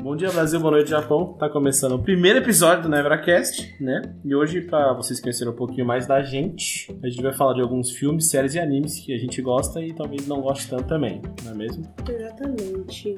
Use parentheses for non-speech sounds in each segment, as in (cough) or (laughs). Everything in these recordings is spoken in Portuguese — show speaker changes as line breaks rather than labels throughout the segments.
Bom dia, Brasil, boa noite, Japão. Tá começando o primeiro episódio do Nevercast, né? E hoje, pra vocês conhecerem um pouquinho mais da gente, a gente vai falar de alguns filmes, séries e animes que a gente gosta e talvez não goste tanto também, não é mesmo?
Exatamente.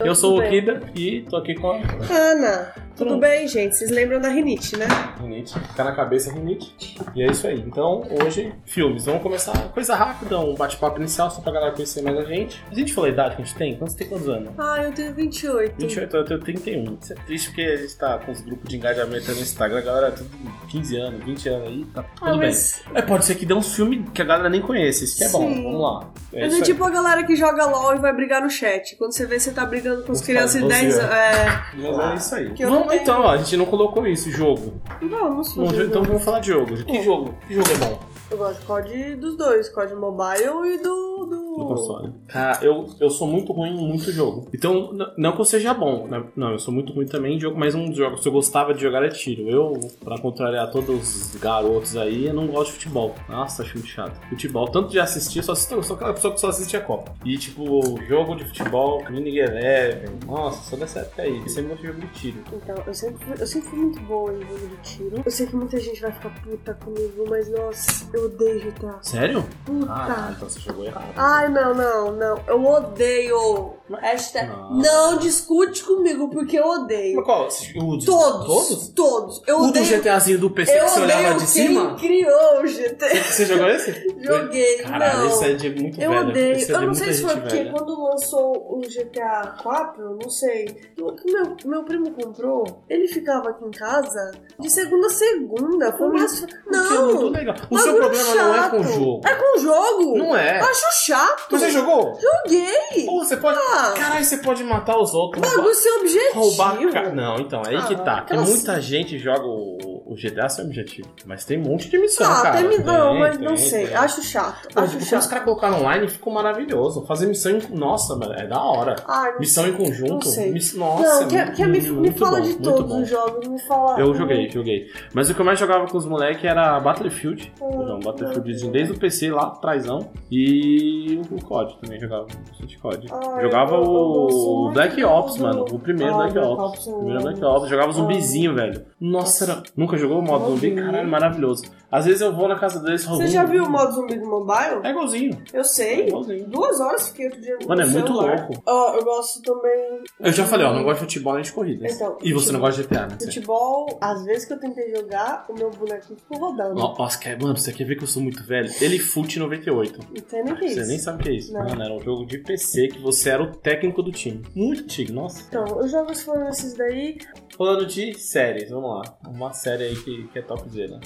Eu sou o
bem.
Kida e tô aqui com a
Ana, tudo
Pronto.
bem, gente? Vocês lembram da rinite, né?
Rinite. Tá na cabeça Rinite. E é isso aí. Então, hoje, filmes. Vamos começar coisa rápida, um bate-papo inicial só pra galera conhecer mais a gente. A gente falou a idade que a gente tem? Quantos tem quantos anos?
Ah, eu tenho 28.
28 anos, então eu tenho 31. Isso é triste porque a gente tá com os grupos de engajamento no Instagram, a galera é tudo 15 anos, 20 anos aí, tá tudo
Ah,
bem.
mas
É, pode ser que dê uns filmes que a galera nem conhece, isso que é bom,
Sim.
vamos lá. É
é
isso
do
aí.
tipo a galera que joga LOL e vai brigar no chat. Quando você vê, você tá brigando com as
Os
crianças de
pais,
10
você.
anos. É.
Mas é isso aí.
Que eu
Vamos
não tenho.
então, ó, a gente não colocou isso, jogo.
Vamos
Vamos
fazer.
ver, então vamos falar de jogo. Que
É.
jogo? Que jogo é bom?
Eu gosto de COD dos dois, COD mobile e do. do...
do console. Ah, eu, eu sou muito ruim em muito jogo. Então, n- não que eu seja bom, né? Não, eu sou muito ruim também em jogo, mas um dos jogos que eu gostava de jogar é tiro. Eu, pra contrariar todos os garotos aí, eu não gosto de futebol. Nossa, acho muito chato. Futebol, tanto de assistir, só assisto, eu sou aquela pessoa que só assiste a Copa. E, tipo, jogo de futebol, Mini Eleven. Nossa, sou dessa época aí. Eu sempre gosto de jogo de tiro.
Então, eu sempre, fui, eu sempre fui muito boa em jogo de tiro. Eu sei que muita gente vai ficar puta comigo, mas nossa, eu odeio GTA.
Sério?
Puta.
Ah, então você jogou errado.
Ai, não, não, não. Eu odeio. Hashtag. Não discute comigo, porque eu odeio.
Mas qual? O-
Todos.
Todos?
Todos? Eu
O do
odeio.
GTAzinho do PC
eu
que você olhava
odeio
de
quem
cima?
criou o GTA.
Você jogou esse?
(laughs) Joguei.
Caralho,
não.
isso é de muito
eu
velho.
odeio.
Isso é
eu
de
não
muita
sei se
gente
foi porque
velha.
quando lançou o GTA 4, não sei. o que Meu, meu primo comprou, ele ficava aqui em casa de segunda a segunda. Foi mais.
Isso é muito
Não!
legal. O
Bagulho
seu problema não é com o
chato.
jogo.
É com o jogo!
Não é.
Eu acho chato!
Você jogou?
Joguei!
Pô, você pode.
Ah.
Caralho, você pode matar os outros.
Bagulho sem objetivo!
Roubar ca- Não, então, aí que
Ah,
tá. Que
aquelas-
muita gente joga o, o GTA sem objetivo. Mas tem um monte de missão,
Ah,
cara.
até me não,
Tem,
mas
tem,
não sei.
tem.
Acho chato.
Pô,
acho
tipo, quando os
chato.
caras colocaram online, ficou maravilhoso. Fazer missão em. Nossa, mano, é da hora.
Ai, não
Missão
sei.
em conjunto.
Não sei.
miss- Nossa, é
não, quer, quer me, me
muito
fala
bom,
de
muito
todos
bom.
os jogos, me fala. um
Eu joguei, joguei. Mas o que eu mais jogava com os moleques era Battlefield.
Hum.
Não, Então, Battlefield desde o PC lá, trázão. E o COD também jogava. Bastante COD.
Ah,
jogava
eu- eu gosto
o
muito
Black Ops,
do-
mano. O primeiro
Ah,
Black Ops.
eu
O primeiro
amo.
Black Ops. Jogava zumbizinho, velho. Nossa, era... nunca jogou o modo zumbi?
Novinho.
Caralho, maravilhoso. Às vezes eu vou na casa deles
Você já viu o modo zumbi do mobile?
É igualzinho.
Eu
É
sei.
igualzinho.
Duas horas fiquei outro dia. no
Mano, é muito
celular.
louco.
Ó, eu gosto também.
Eu já falei, ó, não gosto de futebol nem de corrida.
Então,
E você não gosta de GTA, né?
Futebol, às vezes que eu tentei jogar, o meu bonequinho ficou rodando. Não,
Nossa, quer- mano, você quer ver que eu sou muito velho? Ele fute 98.
sei nem o que é
Você nem
isso.
sabe o que é isso.
Não.
Mano, era um jogo de PC que você era o técnico do time. Muito antigo, nossa.
Então, eu jogo esses- esses daí.
Falando de séries, vamos lá. Uma série aí que, que é top né?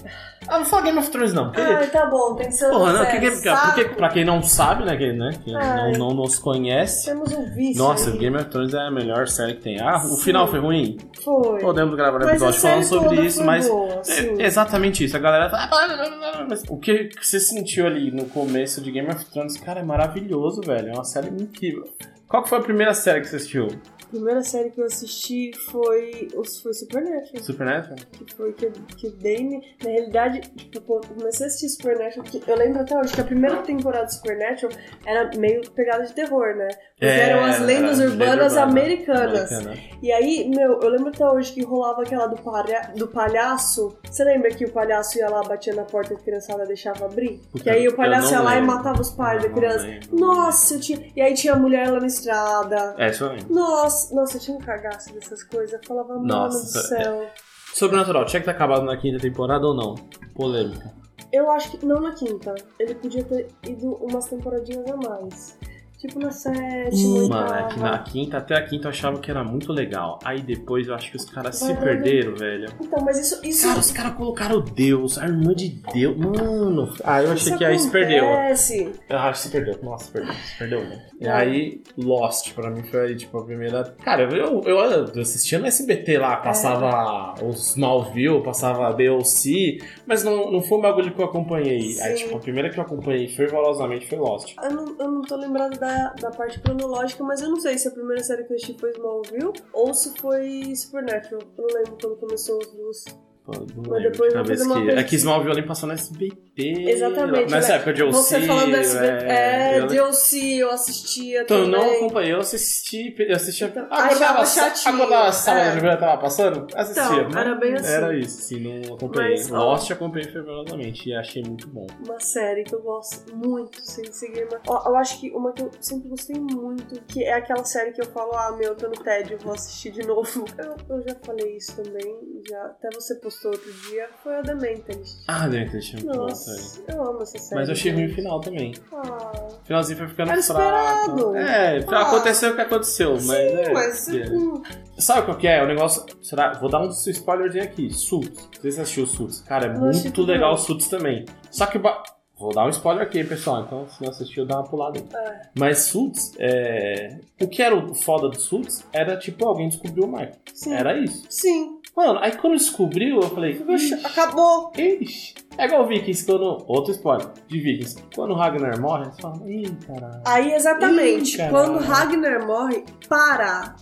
Ah, não fala Game of Thrones, não. Porque...
Ah, tá bom, tem que ser
Porra, não,
sério,
que, que,
saco.
porque pra quem não sabe, né? Que, né, que não,
Ai.
não nos conhece.
Temos um vício.
Nossa,
aí.
o Game of Thrones é a melhor série que tem. Ah, o
Sim.
final foi ruim?
Foi.
Podemos gravar um
Mas a
episódio
série
falando sobre
toda
isso,
foi
mas
boa, assim. sim.
É exatamente isso. A galera fala. "Ah, blá, blá, blá, blá", mas O que que você sentiu ali no começo de Game of Thrones, cara, é maravilhoso, velho. É uma série incrível. Qual que foi a primeira série que você assistiu?
A primeira série que eu assisti foi, foi Supernatural,
Supernatural?
que foi que, que Dane, na realidade, tipo, eu comecei a assistir Supernatural, que eu lembro até hoje que a primeira temporada de Supernatural era meio pegada de terror, né? Porque eram as lendas
era É,
urbanas
lenda urbana.
americanas.
Americana.
E aí, meu, eu lembro até hoje que rolava aquela do, palha do palhaço. Você lembra que o palhaço ia lá, batia na porta e a criançada deixava abrir?
Puta,
que aí
eu
o palhaço
não
ia lá e
lembro.
matava os pais da
Não
criança.
lembro.
Nossa, eu tinha... E aí tinha a mulher lá na estrada.
É, isso eu lembro.
Nossa, nossa, eu tinha um cagaço dessas coisas. Eu falava, mano
Nossa, é.
do céu.
Sobrenatural, tinha que ter acabado na quinta temporada ou não? Polêmica.
Eu acho que. Não na quinta. Ele podia ter ido umas temporadinhas a mais. Tipo na sétima.
Mano, é
oitava.
que na quinta, até a quinta eu achava que era muito legal. Aí depois eu acho que os caras se
Vai dando-
perderam, velho.
Então, mas isso. isso
Cara, os caras colocaram Deus, a irmã de Deus. Mano, ah, eu achei
isso é
que aí se perdeu.
acontece.
Eu acho que se perdeu. Nossa, se perdeu. Se perdeu, né? E
É.
aí, Lost, pra mim, foi, tipo, a primeira... Cara, eu, eu, eu assistia no SBT lá, passava os Malville, passava DLC, mas não, não foi um bagulho que eu acompanhei. Aí,
Sim.
tipo, a primeira que eu acompanhei fervorosamente foi Lost.
Eu não, eu não tô lembrada da, da parte cronológica, mas eu não sei se a primeira série que eu assisti foi Smallville ou se foi Supernatural. Eu não lembro quando começou as duas.
Pô, não
Mas
lembro
depois
de
eu vou
cabeça
fazer uma
que...
pesquisa.
É que Smallville nem passou no SBT, inteira.
Exatamente,
Nessa
né?
época de OC.
Você falando da SB... É,
eu-
de OC, eu assistia
Então, eu
também.
não acompanhei, eu assisti, eu assistia.
Então,
agora
achava
tava,
chatinho,
agora a sala
é.
da Juliana tava passando, assistia.
Então, era bem assim.
né? Era isso, sim, não acompanhei.
Mas, ó.
Lost acompanhei fervorosamente e achei muito bom.
Uma série que eu gosto muito, sem seguir uma... Ó, Eu acho que uma que eu sempre gostei muito, que é aquela série que eu falo, ah, meu, eu tô no tédio, eu vou assistir de (laughs) novo. Eu, eu já falei isso também, já até você postou outro dia, foi a The Mentalist.
Ah, deve ter muito bom, sério.
Nossa, eu amo essa série.
Mas eu achei ruim o final também.
Ah,
O finalzinho foi ficando
Era
fraco.
esperado.
É,
Ah.
aconteceu o que aconteceu, mas. é,
mas...
é.
hum,
Sabe qual que é? O negócio. Será? Vou dar um spoilerzinho aqui. Suits. Não sei se você assistiu o Suits. Cara, é
Não assisti
muito
tudo,
legal
não.
o Suits também. Só que. o ba- Vou dar um spoiler aqui, pessoal. Então, se não assistiu, dá uma pulada aí.
É.
Mas Suits, é... o que era o foda do Suits era tipo alguém descobriu o Michael.
Sim.
Era isso.
Sim.
Mano, aí quando descobriu, eu falei.
Oxe, Acabou.
Ixi. É igual o Vikings, quando. Outro spoiler de Vikings. Quando o Ragnar morre, você fala. Ih, caralho.
Aí, exatamente,
Ih, caralho.
quando Ragnar morre, para,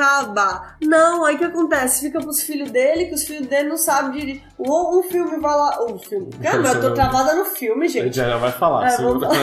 acaba. Não, aí o que acontece? Fica pros filhos dele, que os filhos dele não sabem dirigir. Ou um filme vai lá. Um filme. Caramba, eu tô travada no filme,
A gente
gente.
já vai falar.
É,
se-
vamos
(laughs)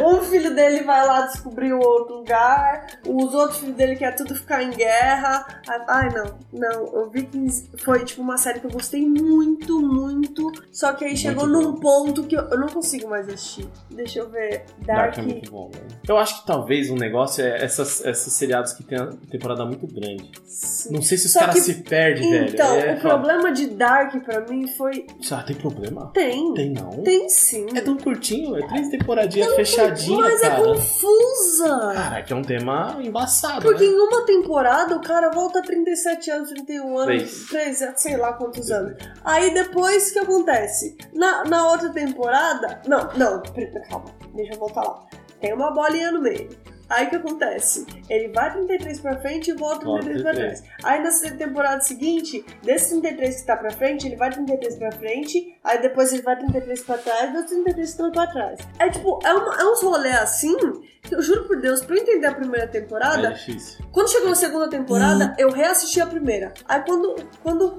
Um filho dele vai lá descobrir o outro lugar, os outros filhos dele quer tudo ficar em guerra. Aí, Ai, não, não. O Vikings foi tipo uma série que eu gostei muito, muito. Só que aí chegou
bom.
num ponto que eu, eu não consigo mais assistir. Deixa eu ver. Dark.
Dark é muito bom, velho. Eu acho que talvez um negócio é essas, esses seriados que tem a temporada muito grande.
Sim.
Não sei se os
Só
caras
que-
se perdem, velho.
Então,
É,
o
fala,
problema de Dark pra mim foi.
Ah, tem problema?
Tem. Tem,
Tem não.
sim.
É tão curtinho, é três temporadinhas fechadinhas,
Mas é
cara.
confusa.
Cara, que é um tema embaçado,
Porque
né?
em uma temporada o cara volta 37 anos, 31 anos,
Três.
3, sei lá quantos anos. Aí depois o que acontece? Na, na outra temporada. Não, não, pera- pera, calma, deixa eu voltar lá. Tem uma bolinha no meio. Aí o que acontece? Ele vai 33 pra frente e volta
Volta
33 pra trás. Aí na temporada seguinte, desse 33 que tá pra frente, ele vai 33 pra frente, aí depois ele vai 33 pra trás, e os 33 estão pra trás. É tipo, é, uma, é uns rolê assim, que eu juro por Deus, pra eu entender a primeira temporada,
É difícil.
quando chegou a segunda temporada, eu reassisti a primeira. Aí quando, quando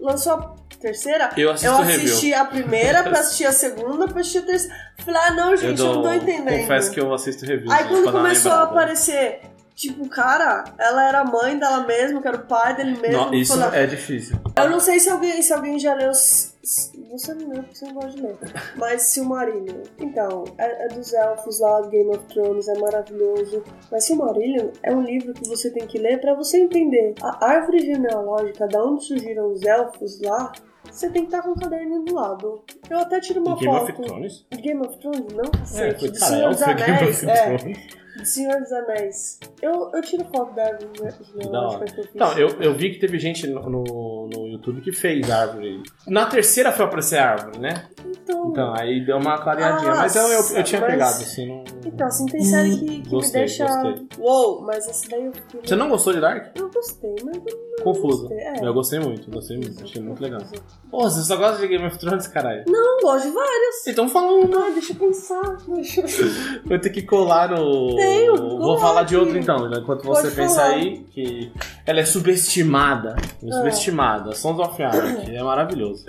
lançou a terceira,
Eu assisto
eu
o review.
assisti a primeira, pra assistir a segunda, pra assistir a terceira. Falei, ah, não, gente, eu, não tô entendendo.
um Confesso que eu assisto review. assim,
Aí quando começou a aparecer, tipo, cara, ela era mãe dela mesmo, que era o pai dele mesmo.
Não, isso
falei,
é difícil.
Eu não sei se alguém, se alguém já leu. s- s- Você não leu, porque você não gosta de ler. Mas Silmarillion. Então, é, é dos elfos lá, Game of Thrones, é maravilhoso. Mas Silmarillion é um livro que você tem que ler pra você entender a árvore genealógica da onde surgiram os elfos lá. Você tem que estar com o caderninho do lado. Eu até tiro uma
Game of
foto.
Thrones?
Game of Thrones? Não,
É,
cacete.
foi-
do
cara,
Senhor dos
Elfo é Game of
Anéis. É,
Thrones.
do Senhor dos Anéis. Eu, eu tiro foto da árvore
Da hora.
genealógica que eu fiz.
Então, eu, eu vi que teve gente no, no, no YouTube que fez árvore. Na terceira foi aparecer a árvore, né?
Então,
Então, aí deu uma clareadinha. mas eu, eu, eu tinha
Ah, Nossa,
pegado,
mas-
assim. Não...
Então, assim, tem série que, que
Gostei,
me deixa.
gostei.
Uou, mas essa daí eu fiquei.
Você não gostou de Dark?
Eu gostei, mas eu não
Confuso.
gostei. É.
Eu gostei muito, gostei muito. Achei muito legal.
Confuso.
Pô, você só gosta de Game of Thrones, caralho?
Não, gosto de várias.
Então fala um.
Ah, deixa eu pensar. Deixa eu...
Vou ter que colar no.
Tenho,
Vou
coloque.
falar de outro então, né? enquanto você
um Pode
pensa
falar. Ah.
aí que ela é subestimada. Subestimada. Sons of Anarchy é maravilhoso.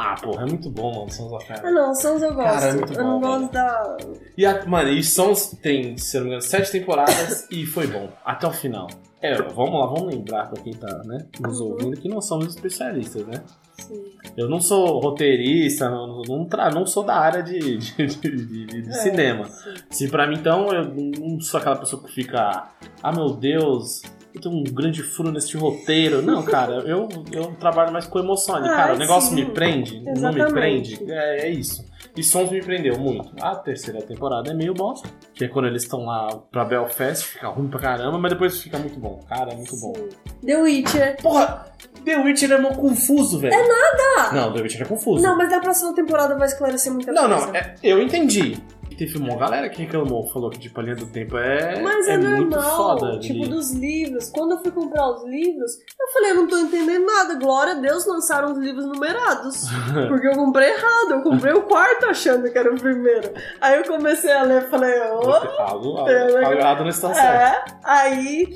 Ah, porra, é muito bom, mano, Sons of
Ah,
Anarchy.
não, Sons eu gosto.
Cara, é muito
eu não
bom,
gosto da.
E, a, mano, e Sons tem, se eu não me engano, sete
(coughs)
temporadas e foi bom, até o final. É, vamos lá, vamos lembrar pra quem tá, né, nos
Uhum.
ouvindo que não somos especialistas, né?
Sim.
Eu não sou roteirista, não, não, não tra- não sou da área de, (laughs) de- de- de- de
É,
cinema.
sim.
Se pra mim, então, eu não sou aquela pessoa que fica, ah, meu Deus, eu tenho um grande furo neste roteiro. Não, cara, (laughs) eu, eu trabalho mais com emoção ali.
Ah,
cara, o negócio
sim.
me prende, não me
Exatamente.
prende, é, é isso. E Sons me prendeu muito. A terceira temporada é meio bosta, que é quando eles estão lá pra Belfast, fica ruim pra caramba, mas depois fica muito bom. Cara, é muito bom.
Sim. The Witcher.
Porra, The Witcher é mó confuso, velho. É nada! Não, The Witcher é confuso.
Não, mas na próxima temporada vai esclarecer muita
Não,
coisa.
não, é- eu entendi. Teve uma galera que reclamou, falou que tipo, a linha do tempo é,
Mas é,
muito
normal,
foda.
tipo,
de-
dos livros. Quando eu fui comprar os livros, eu falei, eu não tô entendendo nada. Glória a Deus, lançaram os livros
(laughs)
numerados. Porque eu comprei errado, eu comprei o quarto achando que era o primeiro. Aí eu comecei a ler e falei, ô,
Algo, algo,
É, né?
algo errado não está Tá certo.
é. Aí,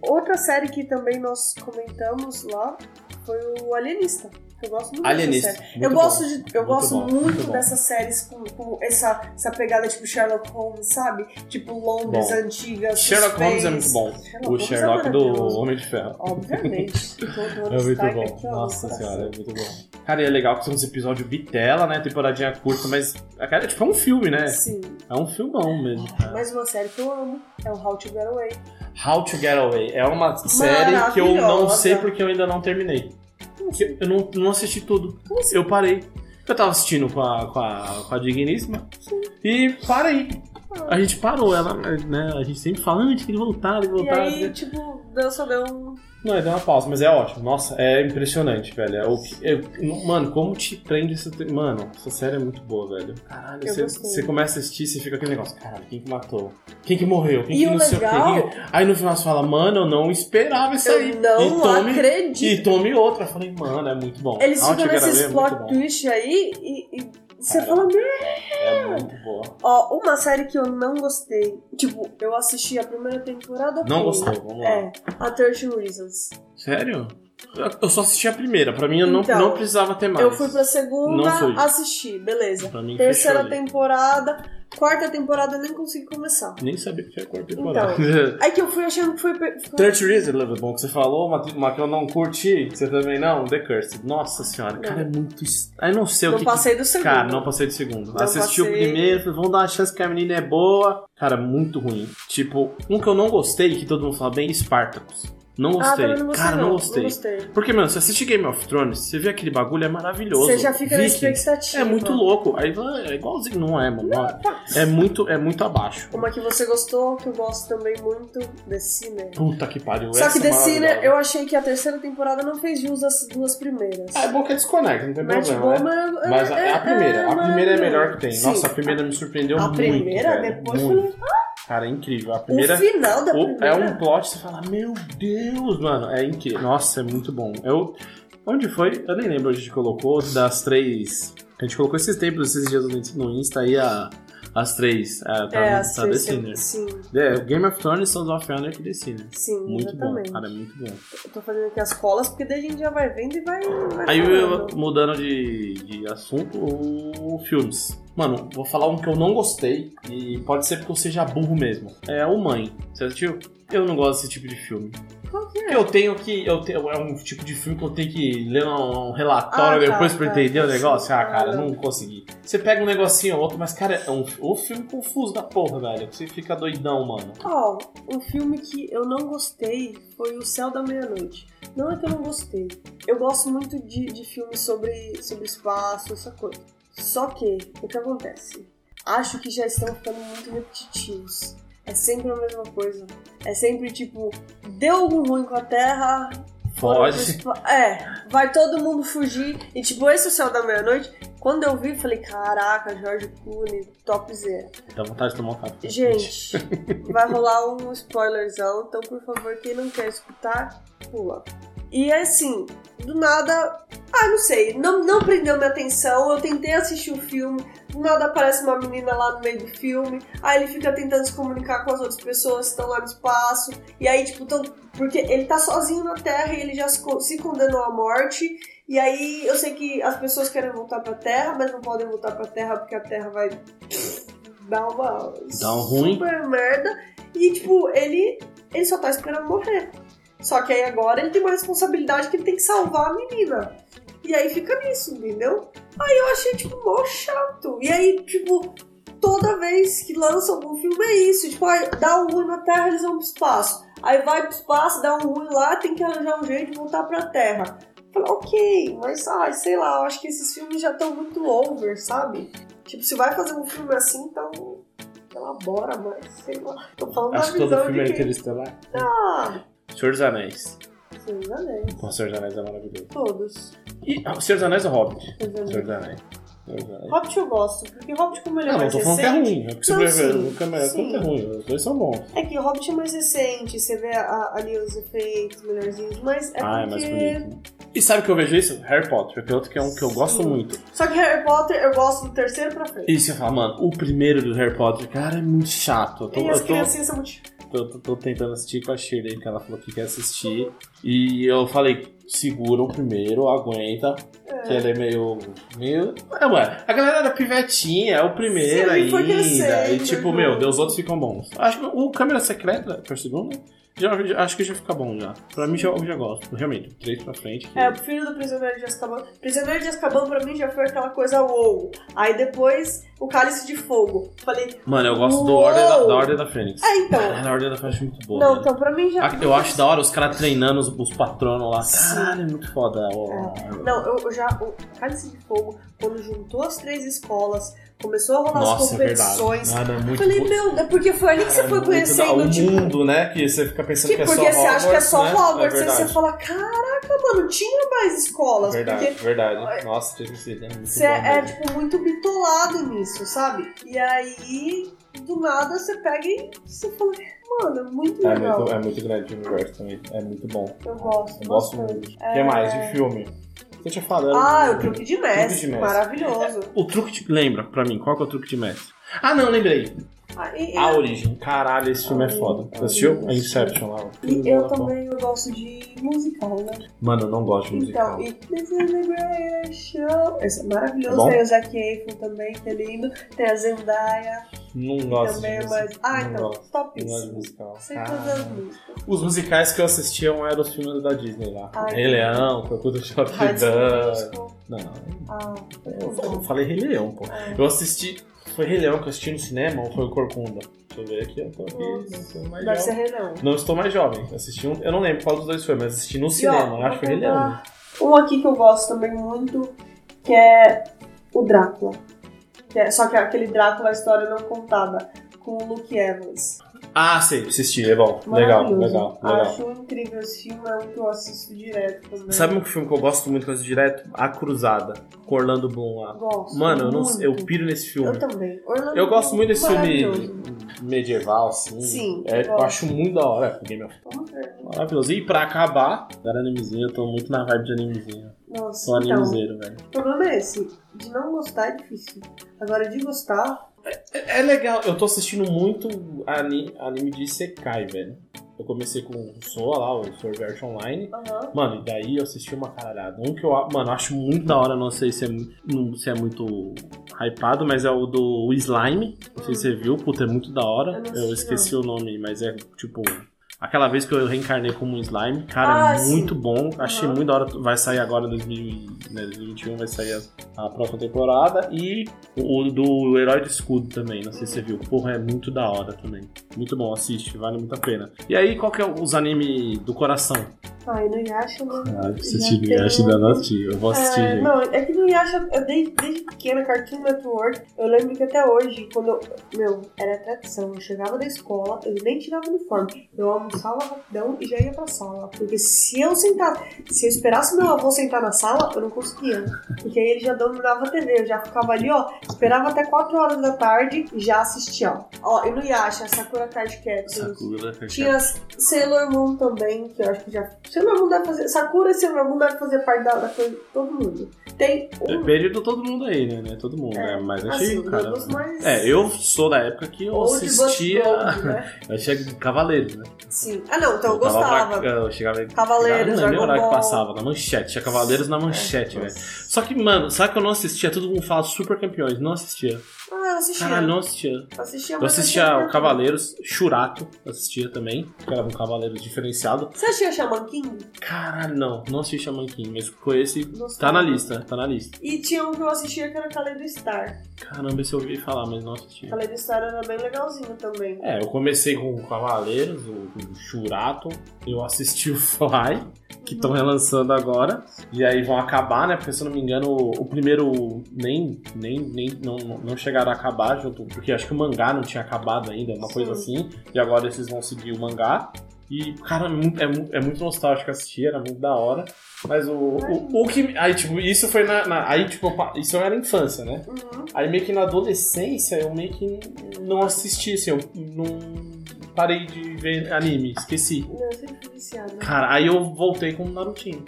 outra série que também nós comentamos lá foi o Alienista. Eu gosto muito
Alienista.
dessa série.
Muito
eu gosto,
bom.
de, eu
Muito
gosto
bom,
muito,
muito bom.
dessas séries com, com essa, essa pegada tipo Sherlock Holmes, sabe? Tipo Londres
Bom.
antiga.
Sherlock Holmes
suspense.
é muito bom.
Sherlock
O
Holmes é
Sherlock do
maravilhoso.
Homem de Ferro. (laughs)
Obviamente. Doutor
É muito
Stark
bom.
aqui, ó, no
Nossa
coração.
senhora, é muito bom. Cara, e é legal que são uns episódios bitela, né? Temporadinha curta, mas. Cara, é tipo, é um filme, né?
Sim.
É um filmão mesmo. cara.
Mais uma série que eu amo é o How to Get Away.
How to Get Away é uma série que eu não
Maravilhosa.
sei porque eu ainda não terminei. Que Eu não, não assisti tudo. Eu parei. Eu tava assistindo com a, com a, com a Digníssima e parei.
Ah.
A gente parou, ela, né? A gente sempre fala, "Ah, a gente tem que voltar, tem que
E
voltar.
aí, tipo, Deus só deu um.
Não, é deu uma pausa, mas é ótimo. Nossa, é impressionante, velho. É o que- é- mano, como te prende essa. te- Mano, essa série é muito boa, velho. Caralho,
Eu
você,
gostei.
você começa a assistir e fica aquele negócio. Caralho, quem que matou? Quem que morreu? Quem
E
que
o
não sei o quê?
legal-
Quem que-" Aí no final você fala, mano, eu não esperava isso aí.
Eu não
e tome,
acredito.
E tome outra. Eu falei, mano, é muito bom.
Eles
How to
ficam
Get Away
nesses
é muito
plot
bom.
twist aí e. e você
Cara.
fala, meu,
É muito boa.
ó, uma série que eu não gostei. Tipo, eu assisti a primeira temporada.
Não
ok.
gostou, vamos lá.
É, a 30 Reasons.
Sério? Eu- Eu só assisti a primeira. Pra mim, eu não,
Então,
não precisava ter mais.
Eu fui pra segunda,
Não foi.
assisti, beleza.
Pra mim,
Terceira
fechou ali.
temporada, quarta temporada eu nem consegui começar.
Nem sabia que tinha quarta
Então.
temporada. (laughs)
Aí que eu fui achando que foi. pe- foi-
30 Reasons, lembra bom que você falou, uma, uma que eu não curti, que você também não, The Cursed. Nossa senhora, cara, é muito... est- Aí não sei o
Não
que...
passei do
que-
segundo.
Cara, não passei de segundo.
Não
Assisti o
passei.
primeiro, falei, vamos dar uma chance que a menina é boa. Cara, muito ruim. Tipo, um que eu não gostei, que todo mundo fala bem, Spartacus. Não
Ah,
gostei.
também não gostei.
cara, não,
não
gostei.
Não gostei.
Porque, mano, você assiste Game of Thrones, você vê aquele bagulho, é maravilhoso.
Você já fica na
Vikings,
expectativa. Tá.
É muito louco. Aí ah, é igualzinho, não é, mano. É muito, é muito abaixo.
Uma que você gostou, que eu gosto também muito, The Sinner.
Puta que pariu.
Só
essa
que
é
The
maravilhosa.
Sinner, eu achei que a terceira temporada não fez jus às duas primeiras.
Ah, é bom que desconecta, não tem
Matt
problema. né?
Bomer é-
Mas a,
é-
a primeira, a primeira é a melhor que tem.
Sim.
Nossa, a primeira me surpreendeu
A
muito.
primeira,
velho,
depois Ah!
muito. Cara, é incrível. A primeira.
O final da
o-
primeira.
é um plot, você fala, meu Deus, mano, é incrível. Nossa, é muito bom. Eu, onde foi? Eu nem lembro onde a gente colocou, das três. A gente colocou esses tempos, esses dias no Insta aí a, as três. É, tá,
É,
tá
as
The
três-
Sinner.
Sim,
É, Game of Thrones, Sons of Anarchy e The Sinner.
sim,
Muito
exatamente.
bom, cara, é muito bom.
Eu tô fazendo aqui as colas, porque daí a gente já vai vendo e vai. vai
Aí, eu-
falando.
mudando de, de assunto, o filmes. Mano, vou falar um que eu não gostei, e pode ser porque eu seja burro mesmo. É o Mãe, você assistiu? Eu não gosto desse tipo de filme.
Qual que é?
Eu tenho que. Eu tenho, é um tipo de filme que eu tenho que ler um, um relatório
Ah, tá,
depois pra
tá,
entender o
tá,
negócio.
sim.
Ah, cara,
Ah, não.
não consegui. Você pega um negocinho ou outro, mas, cara, é um, um filme confuso da porra, velho. Você fica doidão, mano.
Ó, um filme que eu não gostei foi O Céu da Meia-Noite. Não é que eu não gostei. Eu gosto muito de, de filmes sobre, sobre espaço, essa coisa. Só que, o que acontece? Acho que já estão ficando muito repetitivos. É sempre a mesma coisa. É sempre tipo, deu algo ruim com a Terra. foram pro
Foge.
espa- É, vai todo mundo fugir. E tipo, esse O Céu da Meia-Noite, quando eu vi, falei, caraca, George Clooney, top Z.
(laughs) Dá vontade de tomar um café.
Gente, vai rolar um spoilerzão, então por favor, quem não quer escutar, pula. E assim, do nada, ah, não sei, não, não prendeu minha atenção, eu tentei assistir o filme, do nada aparece uma menina lá no meio do filme, aí ele fica tentando se comunicar com as outras pessoas que estão lá no espaço, e aí, tipo, tão, porque ele tá sozinho na Terra e ele já se, co- se condenou à morte. E aí, eu sei que as pessoas querem voltar pra Terra, mas não podem voltar pra Terra porque a Terra vai dar uma
Dá um ruim.
super merda. E, tipo, ele, ele só tá esperando morrer. Só que aí agora ele tem uma responsabilidade que ele tem que salvar a menina. E aí fica nisso, entendeu? Aí eu achei, tipo, mó chato. E aí, tipo, toda vez que lançam algum filme é isso. Tipo, ai, dá um ruim na Terra, eles vão pro espaço. Aí vai pro espaço, dá um ruim lá, tem que arranjar um jeito de voltar pra Terra. Eu Falei, ok, mas ai, sei lá, eu acho que esses filmes já estão muito over, sabe? Tipo, se vai fazer um filme assim, então. Elabora, mas sei lá. Tô falando
Acho
da
que todo
visão
filme é
de quem...
interestelar.
Ah,
Senhor dos Anéis.
Senhor dos Anéis.
Pô, Senhor dos Anéis é maravilhoso.
Todos.
E ah, o Senhor dos Anéis ou Hobbit?
Senhor dos
Senhor
Anéis.
dos Anéis. Senhor dos Anéis.
Hobbit eu gosto, porque Hobbit, como ele é
Não, não
mais
tô falando que é
recente,
ruim, é porque você
Não,
prefere.
sim,
Nunca é melhor,
sim.
nunca é ruim, os dois são bons.
É que o Hobbit é mais recente, você vê a- ali os efeitos melhorzinhos, mas é
ah, é mais
porque...
bonito. E sabe o que eu vejo isso? Harry Potter, que é outro que é um que eu gosto
Sim.
muito.
Só que Harry Potter eu gosto do terceiro pra frente.
E você fala, mano, o primeiro do Harry Potter, cara, é muito chato. Eu tô,
E as
eu tô,
criancinhas são muito...
tô- tô- tô tentando assistir com a Shirley, que ela falou que quer assistir. E eu falei, segura o primeiro, aguenta. Que ele é meio. meio. É, ué, a galera era pivetinha, é o primeiro
Sim, foi
ainda. E
crescendo.
tipo, meu, Deus, os outros ficam bons. Acho que o câmera secreta, por segundo, já, já- acho que já fica bom já. Pra mim já, eu já gosto. Realmente, três pra frente. que-
É, o prefiro do Prisioneiro de Azkaban. Prisioneiro de Azkaban pra mim já foi aquela coisa wow. Aí depois o Cálice de Fogo. Falei,
Mano, eu gosto do
Uou!
Ordem da, da Ordem da Fênix.
é então.
Caralho, a Ordem da Fênix é muito boa.
Não,
né?
então pra mim já.
Ah, Eu acho da hora os caras treinando os, os patronos lá.
Sim.
Caralho, é muito foda. ó.
Não, eu eu já. O Cálice de Fogo, quando juntou as três escolas, começou a rolar as
Nossa, é verdade.
competições.
Mano, é
eu
muito
falei,
bo-
meu, é porque foi ali que você
Cara,
foi
muito da-
conhecendo,
o
tipo.
mundo, né? Que você fica pensando
Tipo,
que é
porque
só
você acha que é só
né?
Hogwarts,
é
aí você
verdade. É
fala, caraca, mano, tinha mais escolas.
Verdade,
Porque
verdade. Nossa, tinha que ser. É muito
Você
bom
é,
mesmo.
tipo, muito bitolado nisso, sabe? E aí, do nada, você pega e você fala, mano, é muito
é,
legal.
muito, é muito grande o universo também. É muito bom.
Eu gosto.
Eu gosto
bastante.
muito. O que mais de filme? Você tinha falado.
é
um
Ah, o truque de mestre,
Truque de mestre.
maravilhoso.
O truque de... Lembra pra mim, qual que é o truque de mestre? Ah, não, lembrei.
Ah, e,
A Origem. Caralho, esse filme é foda. Você assistiu? É Inception lá. ó. Tá
e eu também eu gosto de musical, né?
Mano, eu não gosto de musical.
Então, e This is the Greatest Show. Esse é maravilhoso.
Tá bom?
Tem o Zac Efron também, que é lindo. Tem a Zendaya,
Não
que
gosto
também
de
é
musical.
mais. Ah,
Não gosto. Não
então,
gosto de
topíssimo.
musical.
Sem fazer as
Caralho.
músicas.
Os musicais que eu assistia eram os filmes da Disney lá.
Ai.
Rei Leão, Procura do
High
Chapidão.
School Musical.
Não,
Ah,
eu eu falei Rei Leão, pô.
ah.
Eu assisti. Foi Rei Leão que eu assisti no cinema ou foi o Corcunda? Deixa eu ver aqui, eu tô aqui. Não
Nossa.
estou mais
Deve ser
jovem.
Renan.
Não estou mais jovem. Eu Assisti um. Eu não lembro qual dos dois foi, mas assisti no cinema.
ó,
eu acho que foi Rei
vou
Leão.
dar Um aqui que eu gosto também muito, que é o Drácula. Que é- só que é aquele Drácula, a história não contada, com o Luke Evans.
Ah, sei, assisti, é bom. Legal,
Maravilhoso.
legal, legal.
Acho incrível esse filme, é um que eu assisto direto também.
Sabe um filme que eu gosto muito que eu assisto direto? A Cruzada, com Orlando Bloom lá.
Gosto
Mano, eu, não,
muito.
eu piro nesse filme.
Eu também. Orlando
Eu gosto muito desse
maravilhoso.
filme medieval, assim.
Sim,
É,
eu
eu
gosto.
acho muito da hora. Game of
Vamos ver.
Maravilhoso. E pra acabar, era animezinho, eu tô muito na vibe de um animezinho. Sou
Nossa, então,
animezeiro, velho.
o problema é esse. De não gostar é difícil. Agora, de gostar,
É, é legal, eu tô assistindo muito ani- anime de Sekai, velho. Eu comecei com o Soa lá, o Sword Art Online.
aham.
Mano, e daí eu assisti uma caralhada. Um que eu, a- mano, acho muito da hora, não sei se é, mu- não- se é muito hypado, mas é o do Slime. Não sei se você viu, puta, é muito da hora.
Eu não
Eu,
assisti,
esqueci o nome, mas é tipo. Aquela vez que eu reencarnei como um slime, cara,
Ah,
é
sim.
muito bom. Achei
Aham.
muito da hora. Vai sair agora em 2000 e- né, 2021, vai sair a, a próxima temporada. E o, o do Herói do Escudo também, não sei se você viu. Porra, é muito da hora também. Muito bom, assiste, vale muito a pena. E aí, qual que é os anime do coração?
Ai, hum, não acha, né?
Ah,
Já
assisti
tem-
Inuyasha ainda não assisti. Eu vou assistir,
É,
gente.
não, é que no Yasha, eu desde, desde pequena, Cartoon Network, eu lembro que até hoje, quando eu. Meu, era tradição. Eu chegava da escola, eu nem tirava o uniforme. Eu almoçava rapidão e já ia pra sala. Porque se eu sentar, se eu esperasse meu avô sentar na sala, eu não conseguia. Porque aí ele já dominava a TV. Eu já ficava ali, ó, esperava até 4 horas da tarde e já assistia, ó. Ó, e no Yasha, Sakura Card Captors.
Sakura,
Tinha as Sailor Moon também, que eu acho que já. Sailor Moon deve fazer. Sakura e Sailor Moon deve fazer parte da, da coisa de todo mundo. Tem um.
Depende de todo mundo aí, né? Não é todo mundo,
É,
né? Mas
assim,
achei,
um
cara.
dos mais-
É, eu sou da época que eu
Old but
assistia.
gold, né?
Eu achei Cavaleiros, né?
Sim. Ah, não, então
tava
eu gostava.
pra- é, Eu chegava em
Cavaleiros,
Não lembro
Dragon
a hora que
Ball. É.
passava, né, na manchete. Tinha Cavaleiros na manchete, velho. Só que, mano, sabe que eu não assistia? Todo mundo fala super campeões. Não assistia.
Ah, eu assistia.
Caralho, não assistia.
Eu assistia,
Eu
mas
assistia o
muito.
Cavaleiros, Churato, assistia também, que era um cavaleiro diferenciado.
Você assistia Shaman King?
Caralho, não, não assisti Shaman King, mas conheci. Tá
Gostava.
na lista, tá na lista.
E tinha um que eu assistia que era Kaledo Star.
Caramba, esse eu ouvi falar, mas não assisti.
Kaledo Star era bem legalzinho também.
É, eu comecei com o Cavaleiros, o, o Churato, eu assisti o Fly, que estão relançando agora, e aí vão acabar, né? Porque se eu não me engano, o, o primeiro nem, nem, nem não, não chegaram a acabar junto, porque acho que o mangá não tinha acabado ainda, uma coisa assim, e agora eles vão seguir o mangá. E, cara, é mu- é, mu- é muito nostálgico assistir, era muito da hora. Mas o, o, o que. Aí, tipo, isso foi na. na- aí, tipo, pa- isso era infância, né?
Uhum.
Aí meio que na adolescência eu meio que não assisti, assim, eu não parei de ver anime, esqueci.
Não, uhum. eu sempre fui viciada.
Cara, aí eu voltei com o Narutinho.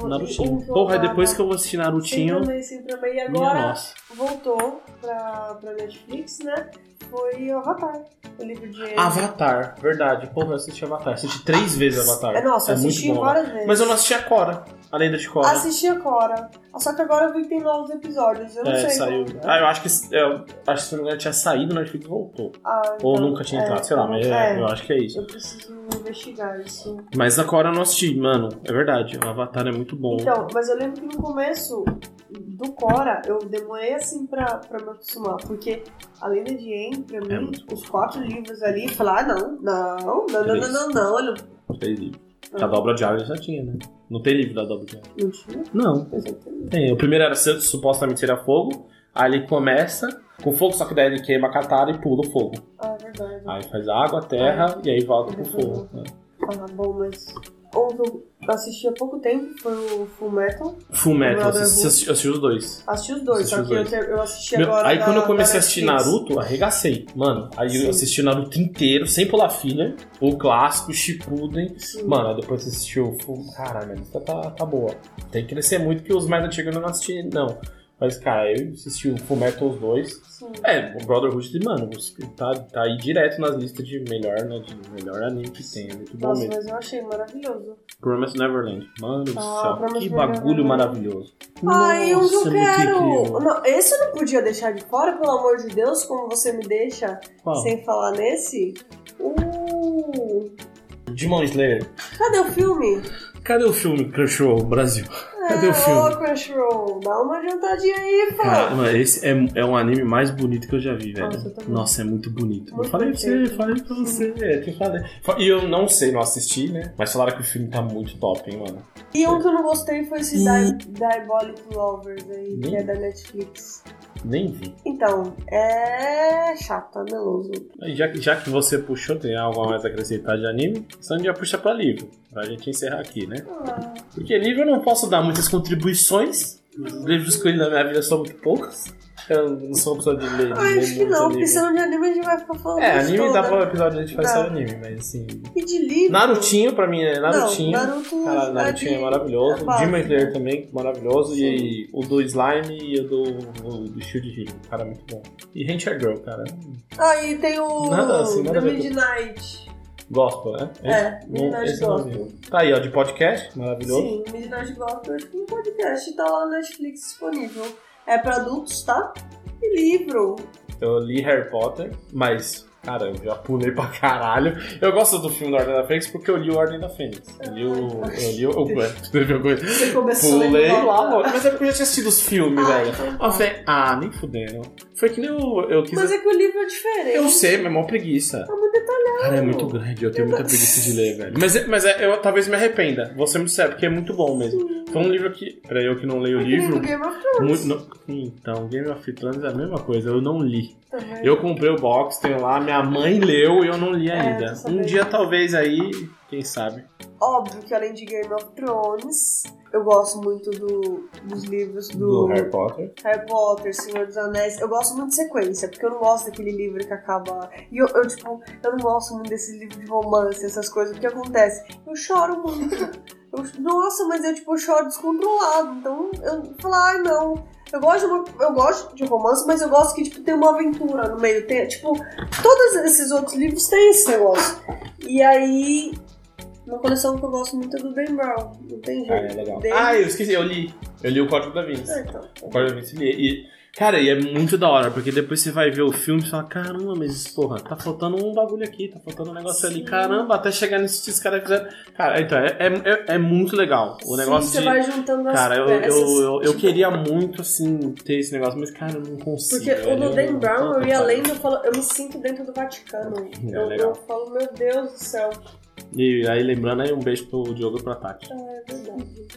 Não,
Narutinho. Porra, aí depois que eu vou assistir Narutinho,
Sempre amei, sempre amei. E
minha
agora,
nossa.
voltou pra, pra Netflix, né? Foi o Avatar, o livro de.
Ah, Avatar, verdade. Porra, eu assisti Avatar. Assisti três vezes Avatar.
É, nossa, eu
muito
assisti
bom. né?
várias Ah, vezes.
Mas eu não assisti a Cora. A Lenda de Cora.
Assisti a Cora. Só que agora eu vi que tem novos episódios. Eu não
é,
sei.
saiu.
como é.
Ah, eu acho que é, eu acho que se não me engano tinha saído, na Netflix voltou.
Ah,
Ou
então,
nunca tinha
é,
entrado, sei lá, mas é,
é.
eu acho que é isso.
Eu preciso investigar isso.
Mas a Cora eu não assisti, mano. É verdade, o Avatar é muito bom.
Então, mas eu lembro que no começo do Cora, eu demorei assim pra, pra me acostumar, porque a Lenda de En,
É
pra mim, os quatro livros ali, eu falei, ah, não, não, não, não, não, não, não, eu não,
Tem livro.
Ah.
A dobra de água já tinha, né? Não tem livro da dobra de água.
não tinha,
Não.
eu sei que tem.
Tem. O primeiro era se- supostamente seria fogo. Aí ele começa com fogo, só que daí ele queima a katara e pula o fogo.
Ah, é verdade.
Aí faz água, terra e aí volta pro fogo. né?
Ah, bom, mas houve um- eu assisti há pouco tempo, foi o Full Metal,
Full Metal,
Brother
você você assisti- eu assisti os dois.
assisti os dois,
Assisti
só
os
que eu,
dois.
te- eu assisti
Meu,
agora
aí
da-
quando eu comecei a
da
assistir
Netflix.
Naruto, arregacei. Mano, aí
Sim.
eu assisti o Naruto inteiro, sem pular filler. O clássico, o Shippuden.
Sim.
Mano, aí depois que assistiu o Full... Caralho, a lista tá, tá boa. Tem que crescer muito que os mais antigos eu não assisti, não. Mas, cara, eu assisti o Full Metal os dois.
Sim.
É, o Brotherhood, mano, tá, tá aí direto nas listas de melhor, né? De melhor anime que tem. É muito bom
Nossa,
mesmo.
mas eu achei maravilhoso.
Promise Neverland. Mano do
Ah,
céu,
Promised
que
Neverland.
bagulho maravilhoso.
Ai,
Nossa,
um que
muito
eu quero!
incrível.
Não, esse eu não podia deixar de fora, pelo amor de Deus, como você me deixa
Qual?
sem falar nesse? Uh,
Demon Slayer.
cadê o filme?
Cadê o filme Crunchyroll Brasil? Cadê
é,
o filme?
Ô, Crunchyroll, dá uma adiantadinha aí, fã!
Cara, mano, esse é, é um anime mais bonito que eu já vi, velho.
Nossa, eu também.
Nossa, é muito bonito.
Muito
eu falei pra você,
bonito.
falei pra você, é, te falei. Fa- E eu não sei, não assisti, né? Mas falaram que o filme tá muito top, hein, mano.
E um que eu não gostei foi esse Di- Diabolic Lovers aí, que é
Nem-
da Netflix.
Nem vi.
Então, é chato, é meloso.
Aí, Já, que- já que você puxou, tem algo a mais a acrescentar de anime? Então a gente já puxa pra livro, pra gente encerrar aqui, né?
Ah,
Porque livro eu não posso dar muitas contribuições. Os livros que eu li na minha vida são muito poucos. Eu não sou uma pessoa de ler. de ler
Ah, acho que
muito
não, porque
livro.
senão de anime a gente vai ficar falando
É,
isso
anime dá
toda.
pra um episódio a gente faz
né? Dá.
só anime, mas assim.
E de livro...
Narutinho, pra mim, é Narutinho.
Não, Naruto...
Cara, Narutinho é
de-
maravilhoso.
é
O
básico.
Demon Slayer também, é maravilhoso.
Sim.
E o do Slime e o do, o do Shield Hero. Cara, é muito bom. E Hunter Girl, cara.
Ah, e tem o
Nada assim, nada
The
a ver com-
Midnight.
Gospel, né?
É,
Não,
Midnight
esse eu não
Gospel.
vi. Tá aí, ó, de podcast, maravilhoso.
Sim, Midnight Gospel é um podcast, tá lá no Netflix disponível. É pra adultos, tá? E livro.
Eu li Harry Potter, mas, cara, eu já pulei pra caralho. Eu gosto do filme da Ordem da Fênix porque eu li o Ordem da Fênix. Eu li o. Eu li o. Ué, teve alguma coisa.
Você começou
Pulei
em
lá,
volta.
mano. Mas é porque eu já tinha assistido os filmes,
Ah,
velho.
então
Aí eu falei, ah, nem fudendo. Foi que nem eu, eu quis.
Mas é que o livro é diferente.
Eu sei, mas é mó preguiça.
Tá muito detalhado.
Cara, é muito grande, eu tenho muita preguiça de ler, velho. Mas, é- mas é- eu talvez me arrependa, vou ser muito sério, porque é muito bom mesmo. Foi um livro que, pra eu que não leio o livro,
Game of Thrones
muito, não- então, Game of Thrones é a mesma coisa, eu não li.
também.
Eu comprei o box, tenho lá, minha mãe leu e eu não li
É,
ainda.
tô sabendo.
um dia talvez aí, quem sabe.
Óbvio que além de Game of Thrones, eu gosto muito do- dos livros do,
Potter.
Harry Potter, Senhor dos Anéis. Eu gosto muito de sequência, porque eu não gosto daquele livro que acaba. E eu, eu, tipo, eu não gosto muito desses livros de romance, essas coisas. O que acontece? Eu choro muito.
(laughs)
Eu- nossa, mas eu, tipo, choro descontrolado. Então eu falo, ai não. Eu gosto, de uma- eu gosto de romance, mas eu gosto que tipo, tem uma aventura no meio. Tem, tipo, todos esses outros livros têm esse negócio. E aí, uma coleção que eu gosto muito é do Dan Brown. Não tem
Ah,
jeito.
é legal.
Dan-
Ah, eu esqueci, eu li. Eu li o Código da Vinci.
Ah, então.
O Código da Vinci li. E, cara, e é muito da hora, porque depois você vai ver o filme e fala, caramba, mas porra, tá faltando um bagulho aqui, tá faltando um negócio
Sim.
ali. Caramba, até chegar nisso que os caras fizeram. Cara, então, é, é, é- é muito legal. O negócio
Sim, você
de.
vai juntando as
Cara, eu, eu,
peças.
eu, eu
tipo,
queria muito, assim, ter esse negócio, mas, cara, eu não consigo.
Porque o
velho,
do
eu-
Dan Brown, eu ia
Puta que
lendo, eu falo, eu me sinto dentro do Vaticano.
É,
eu,
legal.
eu falo, meu Deus do céu.
E aí, lembrando aí, um beijo pro Diogo e pro Tati.
Ah, é verdade.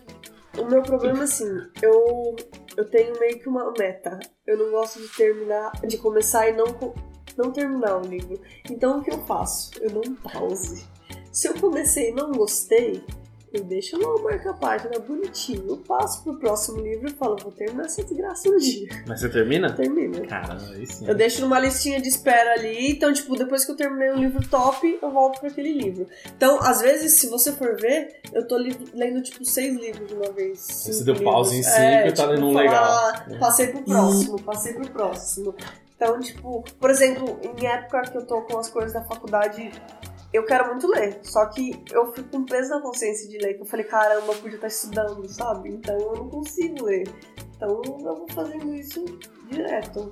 O meu problema, assim, eu, eu tenho meio que uma meta. Eu não gosto de terminar, de começar e não, co- não terminar o livro. Então o que eu faço? Eu não pause. Se eu comecei e não gostei, eu deixo lá o marca-página bonitinho. Eu passo pro próximo livro e falo, vou terminar essa desgraça um dia.
Mas você termina?
Termina.
Cara, aí sim.
Eu deixo numa listinha de espera ali, então, tipo, depois que eu terminei um livro top, eu volto pra aquele livro. Então, às vezes, se você for ver, eu tô li- lendo, tipo, seis livros de uma vez.
Você
cinco
deu pause em
livros. É,
cinco e tá lendo um
falar,
legal.
"Ah, Passei pro próximo, passei pro próximo. Então, tipo, por exemplo, em época que eu tô com as coisas da faculdade
eu quero muito ler, só que eu fico com peso na consciência de ler, que eu falei, caramba, eu podia estar estudando, sabe? Então eu não consigo ler. Então eu vou fazendo isso direto.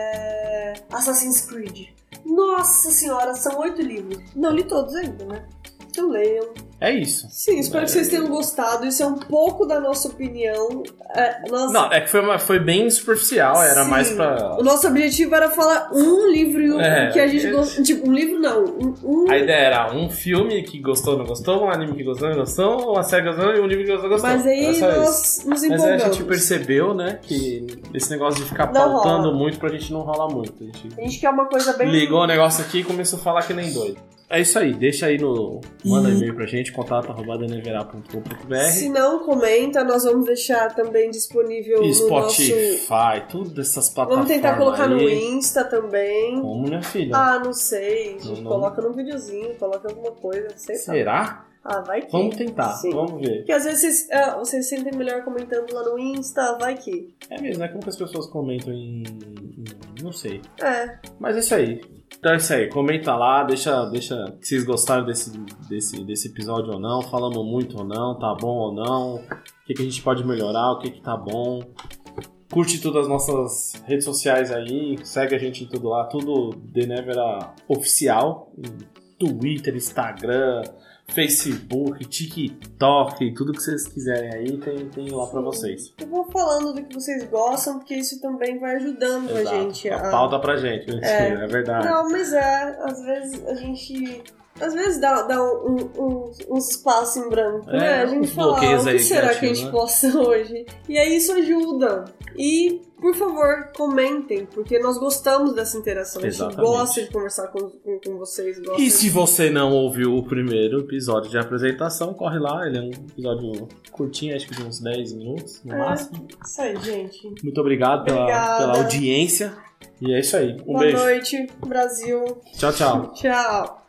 É, Assassin's Creed. Nossa senhora, são oito livros. Não li todos ainda, né? Então leiam.
É isso.
Sim, espero que vocês tenham gostado. Isso é um pouco da nossa opinião. É, nós-
Não, é que foi, uma- foi bem superficial, era
Sim.
mais pra.
O nosso objetivo era falar um livro e um
É,
que a gente
eu-
gosta. Tipo, um livro não. Um, um-
A ideia era um filme que gostou ou não gostou, um anime que gostou ou não gostou, uma série que gostou e um livro que gostou ou não gostou.
Mas aí
Era só isso.
nós nos
Mas aí a
empolgamos.
gente percebeu, né, que esse negócio de
Não
ficar pautando
rola.
muito pra gente não rolar muito. A gente
A gente quer uma coisa bem.
ligou o negócio aqui e começou a falar que nem doido. É isso aí, deixa aí no. Manda e-mail pra gente, contato arroba
Se
deneverá.com.br.
não, comenta. Nós vamos deixar também disponível
E
no
Spotify,
nosso...
tudo essas
Vamos
plataformas.
tentar colocar no
aí.
Insta também.
Como, minha filha?
Ah, não sei. A
Não,
gente
não.
coloca num videozinho, coloca alguma coisa, sei lá.
Será?
Ah, vai que.
Vamos tentar,
Sim.
vamos ver.
Porque às vezes vocês, é, vocês se sentem melhor comentando lá no Insta, vai que.
É mesmo, é como que as pessoas comentam em. em- Não sei.
É.
Mas é isso aí. Então é isso aí. Comenta lá, deixa, deixa se vocês gostaram desse, desse, desse episódio ou não. Falamos muito ou não, tá bom ou não. O que, que a gente pode melhorar, o que, que tá bom. Curte todas as nossas redes sociais aí, segue a gente em tudo lá, tudo The Nevera oficial. em Twitter, Instagram, Facebook, TikTok, tudo que vocês quiserem aí, tem, tem lá pra vocês.
Eu vou falando do que vocês gostam, porque isso também vai ajudando
Exato.
a gente
a
a.
pauta pra gente, é, é verdade.
Não, mas é. Às vezes a gente. Às vezes dá, dá um, um, uns espaço em branco,
É,
né? A gente
uns
fala,
bloqueios
o que
aí
será que a
criativos,
gente
né?"
posta (laughs) hoje? E aí isso ajuda. E, por favor, comentem, porque nós gostamos dessa interação. A
Exatamente.
gente gosta de conversar com, com, com vocês. Gosta
E se você não ouviu o primeiro episódio de apresentação, corre lá, ele é um episódio curtinho, acho que de uns 10 minutos no
É.
máximo.
Isso aí, gente.
Muito obrigado pela,
Obrigada.
pela audiência. E é isso aí. Um
Boa
beijo.
noite, Brasil.
Tchau, tchau.
Tchau.